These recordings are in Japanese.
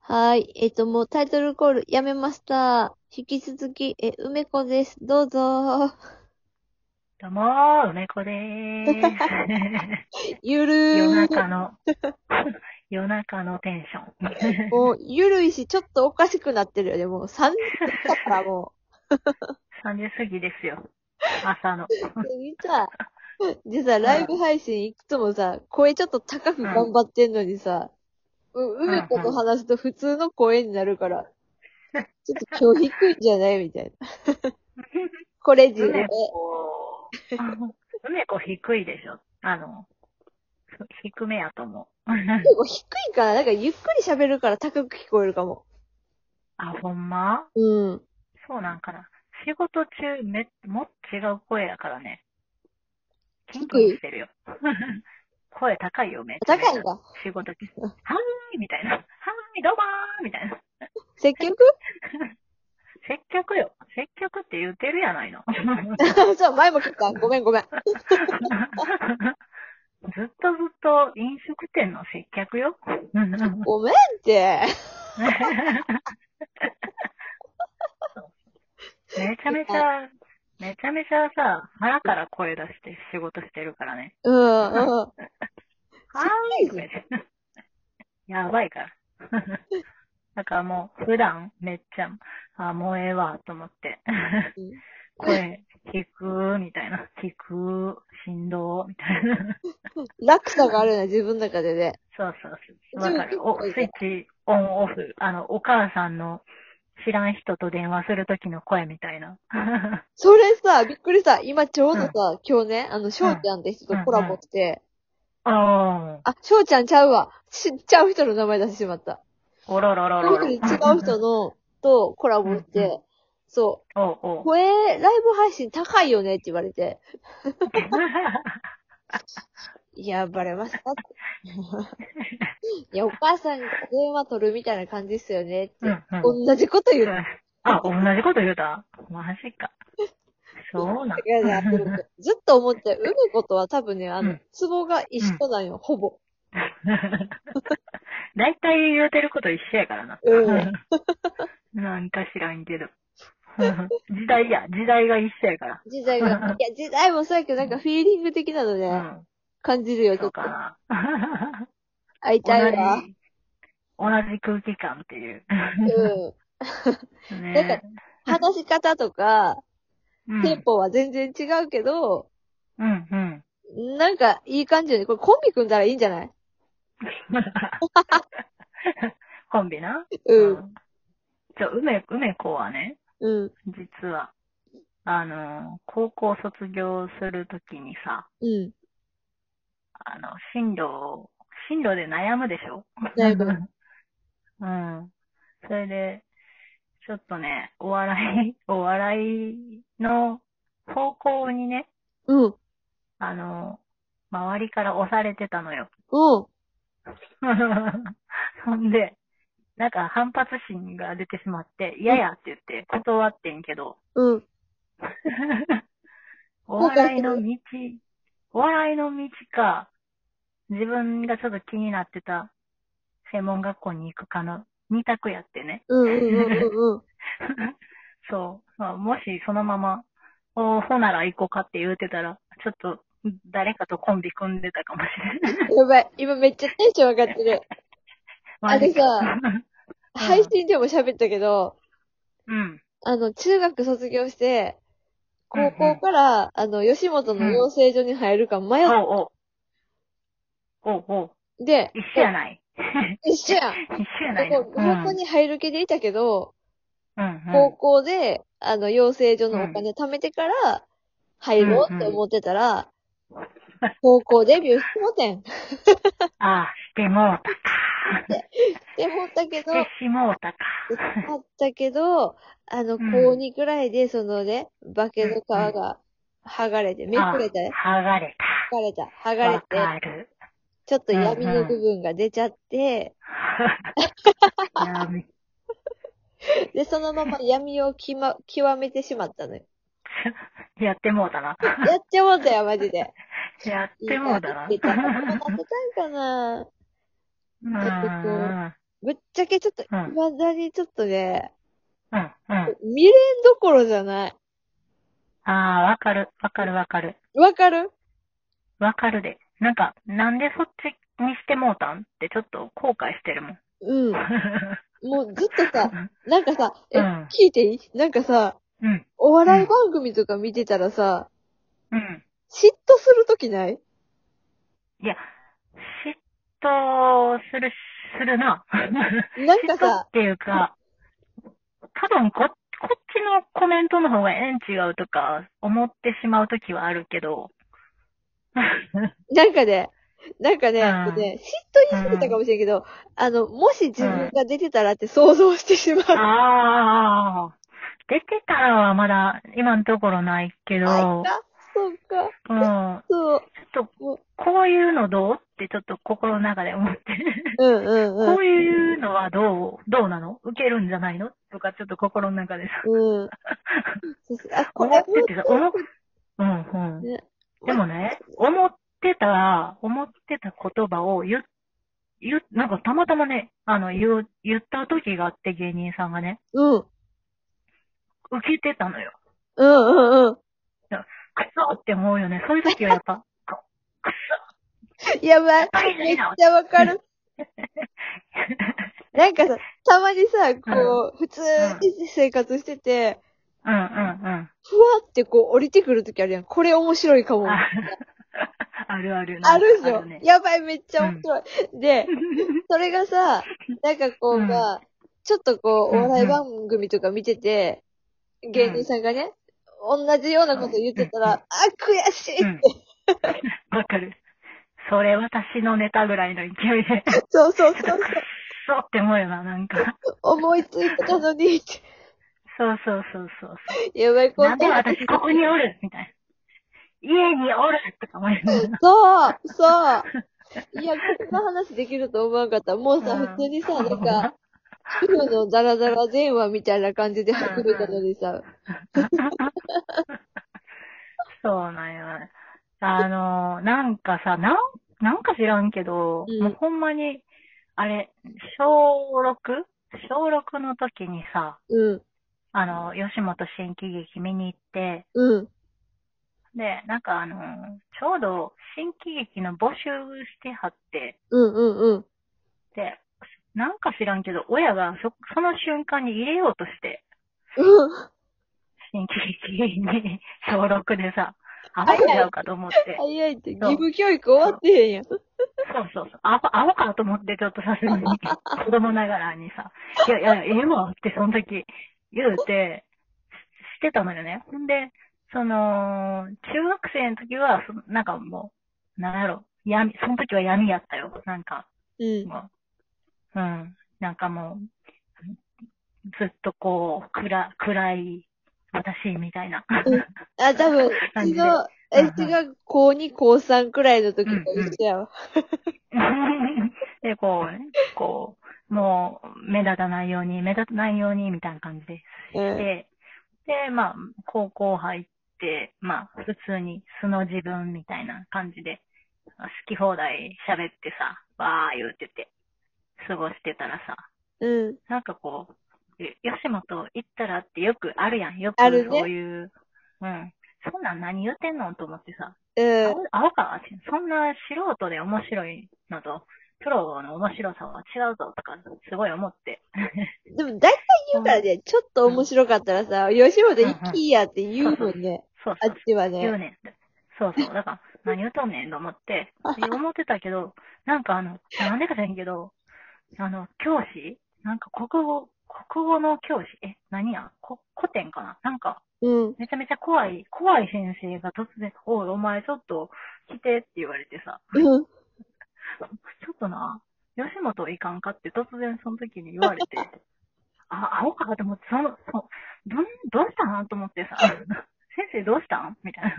はーい。えっと、もうタイトルコールやめました。引き続き、え、梅子です。どうぞー。どうもー、梅子で ーゆるす。夜ー。中の、 夜中のテンション。もう、ゆるいし、ちょっとおかしくなってるよね。もう、3時だからも3時過ぎですよ。朝う。の。 でさ、でさ、ライブ配信いくつもさ、声ちょっと高く頑張ってんのにさ、う梅子と話すと普通の声になるから、ちょっと今日低いんじゃないみたいな。 これ自梅分子、あの梅子低いでしょ。あの、低めやと思う。 結構低いから、なんかゆっくり喋るから高く聞こえるかも。あ、ほんまうん。そうなんかな。仕事中、め、もっと違う声やからね。キンキンしてるよ。 声高いよ、めっちゃ高いめちゃ。ん だ。仕事中。はーいみたいな。はーい、どうもーみたいな。接客接客よ。接客って言ってるやないの。 そう、前も聞いた。ごめんごめん。ずっとずっと飲食店の接客よ。ごめんって。めちゃめちゃ、めちゃめちゃさ、腹から声出して仕事してるからね。うん、うん。はーいとか言って やばいから。だからもう、普段めっちゃ、あ、もうええわ、と思って。声、低く、みたいな。低く、振動、みたいな。 落差があるな、自分の中でね。そうそうそう。わかる。お、そうスいうことイッチオンオフ。あの、お母さんの知らん人と電話するときの声みたいな。それさ、びっくりした。今ちょうどさ、今日ね、あの、翔ちゃんって人とコラボして、 ああ、あ、翔ちゃんちゃうわ。しちゃう人の名前出してしまった。おろろろそうろいう人ろ。に違う人の、とコラボしうんうて、そ おうう、おう。声、ライブ配信高いよねって言われて、いや、バレました って。いや、お母さんが電話取るみたいな感じっすよねって。 うんうん同じこと言うあ、同じこと言うたマジか。そうなんいやいやずっと思って、梅子とは多分ね、あうのん、ツボが一緒なんよ、ほぼ。 大体言うてること一緒やからな。う なんか知らんけど。 時代や、時代が一緒やから。時 代が。いや、時代もそうやけど、なんかフィーリング的なのうね、ん。感じるよ、ちょそっと。うか な。会い同たいわ。じ、同じ空気感っていう。うん。なんねか話し方とか、うんテンポは全然違うけど、うん うん。なんかいい感じよね。これコンビ組んだらいいんじゃないコンビな。うん。。じゃ梅、梅子はね、うん。実は、あの、高校卒業するときにさ、うん。あの、進路を、進路で悩むでしょ悩む うん。それで、ちょっとね、お笑い、 お笑いの方向にね、うん。あの、周りから押されてたのよ。 うん。ほんで、なんか反発心が出てしまって、嫌やって言って断ってんけど、うん。 お笑いの道、お笑いの道か、自分がちょっと気になってた専門学校に行くかの二択やってね。 うん。うん。うん。うん。そう。まあ、もしそのまま、おほなら行こうかって言うてたら、ちょっと誰かとコンビ組んでたかもしれない。やばい。今めっちゃテンション上がってる。 あれさマジか配信でも喋ったけど、 うん。あの、中学卒業して、うんう高ん校から、あの、吉本の養成所に入るか迷っおうおう。おうおう。て、一緒やない。一緒やん。一緒やないの。高校に入る気でいたけど、うんうんうん高校で、あの、養成所のお金貯めてから、入ろうって思ってたら、高校デビューしてもてん。っああ、してもうたか。て思ったけど、してしもうたか。あったけど、あの、うん高2くらいで、そのね、化けの皮が剥がれて、めくれたねあ剥がれた。剥がれた、剥がれわて、かる。 ちょっと闇の部分が出ちゃって、やめで、そのまま闇をきま、 極めてしまったのよ。やってもうたな。やっちゃおうだよ、マジで。や ってもうたな。いいな生きてたかな。生きてたかなうんうんうんぶっちゃけちょっと、うん未だにちょっとね、うん、うん。未練どころじゃない。ああ、わかる、わかる、わかる。わかるわかるで。なんか、なんでそっちにしてもうたんってちょっと後悔してるもん。うん。もうずっとさ、なんかさ、え、うん聞いていいなんかさ、うん、お笑い番組とか見てたらさ、うん。嫉妬するときないいや、嫉妬する、するな。なんか嫉妬さっ、ていうか、多分こ、こっちのコメントの方がええん違うとか思ってしまうときはある けど、なんかね、なんかね、うんあのね嫉妬に過ぎたかもしれんけど、あの、もし自分が出てたらって想像してしまう。ああ、出てたらはまだ今のところないけど、あ、いたそうか。うん、そう。ちょっと、こういうのどうってちょっと心の中で思って、うんうんうこん。ういうのはどう、どうなの受けるんじゃないのとかちょっと心の中でさ、うん。そうそうあ、こ思っれ、ててさ、思っ、うんうん。ねでもね、思ってた、思ってた言葉を言っ、言っ、なんかたまたまね、あの、言う、言った時があって芸人さんがね、うん。受けてたのよ。うんうんうん。くそって思うよね。そういう時はやっ ぱ、やばい大。めっ事なちゃわかる。 なんかさ、たまにさ、こう、普通に生活してて、うんうんふわってこう降りてくるときあるやん。これ面白いかうん。も。あ あるある。あるじなゃんかあんね。やばい、めっちゃ面白い。で、それが さ、なんかこう、うんまあ、ちょっとこう、うんうおん笑い番組とか見てて、芸人さんがね、同じようなこと言ってたら、うんあ、悔しい、うん わかる。それ私のネタぐらいの勢 いで、くそうそうそう、そって思うよな、なんか。思いついたのに、って そうそうそうそう。やばい、こなんんでな。私ここにおるみたいな。家におるとか思いながらそう、そう。いや、こんな話できると思わんかった。もうさ、うん普通にさ、なんか、主婦のダラダラ電話みたいな感じで始めたのにさ、そうなんや。あの、なんかさ、なん、なんか知らんけど、うんもうほんまに、あれ、小 6? 小6の時にさ、うん、あの、吉本新喜劇見に行って、うん、で、なんかあの、ちょうど新喜劇の募集してはって、うん、うん、うん。で、なんか知らんけど、親がそ、その瞬間に入れようとして、うん新喜劇に小6でさ、アホちゃうかと思って。早いって、義そう務教育終わってへんやん。そうそうそう。アホ、アホかと思って、ちょっとさすがに、子供ながらにさ、いやいや、ええわって、その時、言うて、ししてたのよね。ほんで、その、中学生の時は、そなんかもう、なんやろ、闇、その時は闇やったよ。なんか、うん。もう、うん、なんかもう、ずっとこう、暗、暗い、私みたいな。あ、多分、感うちじでの、うんえ、うんうちが高2、高3くらいの時と一緒やわ。 で、こうね、こう、もう、目立たないように、目立たないように、みたいな感じでうん。して、で、まあ、高校入って、まあ、普通に素の自分みたいな感じで、好き放題喋ってさ、わー言うてて、過ごしてたらさ、うん。なんかこう、え吉本行ったらってよくあるやん。よくあるねそういう、うん。そんなん何言ってんのと思ってさ、うん。青青川ってそんな素人で面白いのと、プロの面白さは違うぞとか、すごい思って。でも、大体言うからね、ちょっと面白かったらさ、吉本行きやって言うもんね。 そうあそっう、ちは言うね。ねんって。そうそ う、だから、何言うとんねんと思って、で思ってたけど、なんかあの、なんでか知らんけど、あの、教師なんか国語、国語の教師え、何やこ古典かななんか、うん。めちゃめちゃ怖い、怖い先生が突然、おい、お前ちょっと来てって言われてさ、うん。ちょっとな、吉本いかんかって突然その時に言われ て、あ、アホかと思って、その、そのどん、どうしたんと思って さ、先生どうしたんみたいな。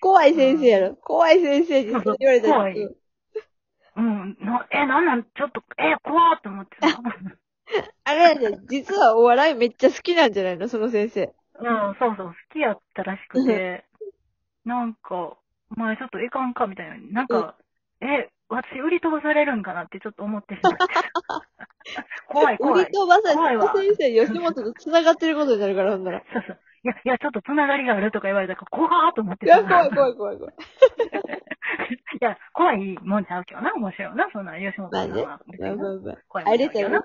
怖い先生やろ。怖い先生にそう言われたら怖いうんうん、なえ、なんなん、ちょっと、え、怖っと思って さ。あれやね、実はお笑いめっちゃ好きなんじゃないのその先生。うん、そうそう、好きやったらしくて、なんか、お前 ちょっといかんかみたいな。なんか、え、私売り飛ばされるんかなってちょっと思ってしまって。怖い怖売いり。飛ばさ怖いれわて、先生、吉本と繋がってることになるから、ほんなら。そうそう。いや、いや、ちょっとつながりがあるとか言われたから、怖ーと思っていた。や、怖い怖い怖い怖い。いや、怖いもんちゃうけどな、面白いな、そんな、吉本さんは。別やになばいや ばい。怖いあもんちれゃうだけよどな。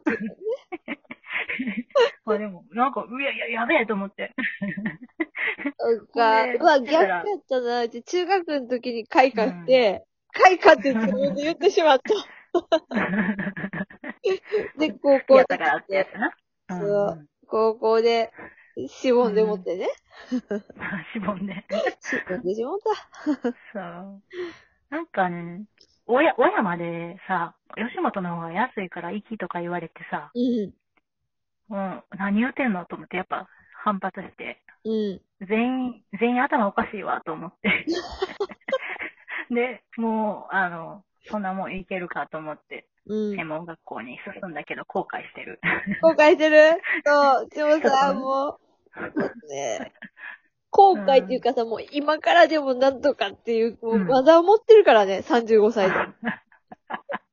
まあでも、なんか、いやいや、やべえと思って。そっか。ねうわ、逆やったな。うち中学の時に開花して、開花って自分で言ってしまった。 で、高い校やでだからってやつな。んそう。高校で、しぼんで持ってね。しぼ んで。しぼんでしもった。そう。なんかね、親、親までさ、吉本の方が安いから行きとか言われてさ、うん。うん、何言うてんのと思って、やっぱ反発して、うん。全員、全員頭おかしいわと思って。 で、もう、あの、そんなもんいけるかと思って、うん。専門学校に進んだけど後悔してる。後悔してるそう。でもそさ、うもう、 ね後悔っていうかさ、もう今からでもなんとかっていう、もううん技を持ってるからね、35歳で。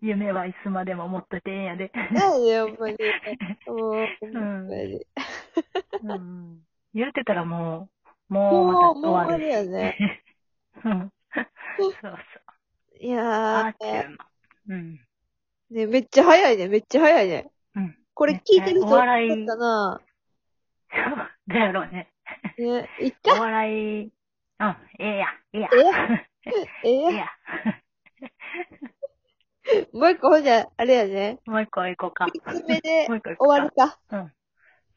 夢はいつまでも持っとてえんやで。なんで、やっぱり。もう、んマジうん、言うてたらもう、ももう、うまたもう終わあるれやね。うんそうそう。いあーやっちゅうの。うん。ー、ね、めっちゃ早いね、めっちゃ早いね。うん。これ聞いてる人お笑い多かった な。だやろうね。ね、いっおか、笑い、うん、ええや、ええや。え えええや。もう一個ほんじゃ、あれやね。もう一個行こうか。三つ目で もう一個行こ終わるうか。か。うん。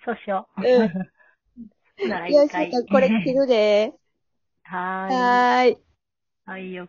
そうしよう。 ならよ一し、ま回。たこれ切るで。 はーい。はーい。はいよ。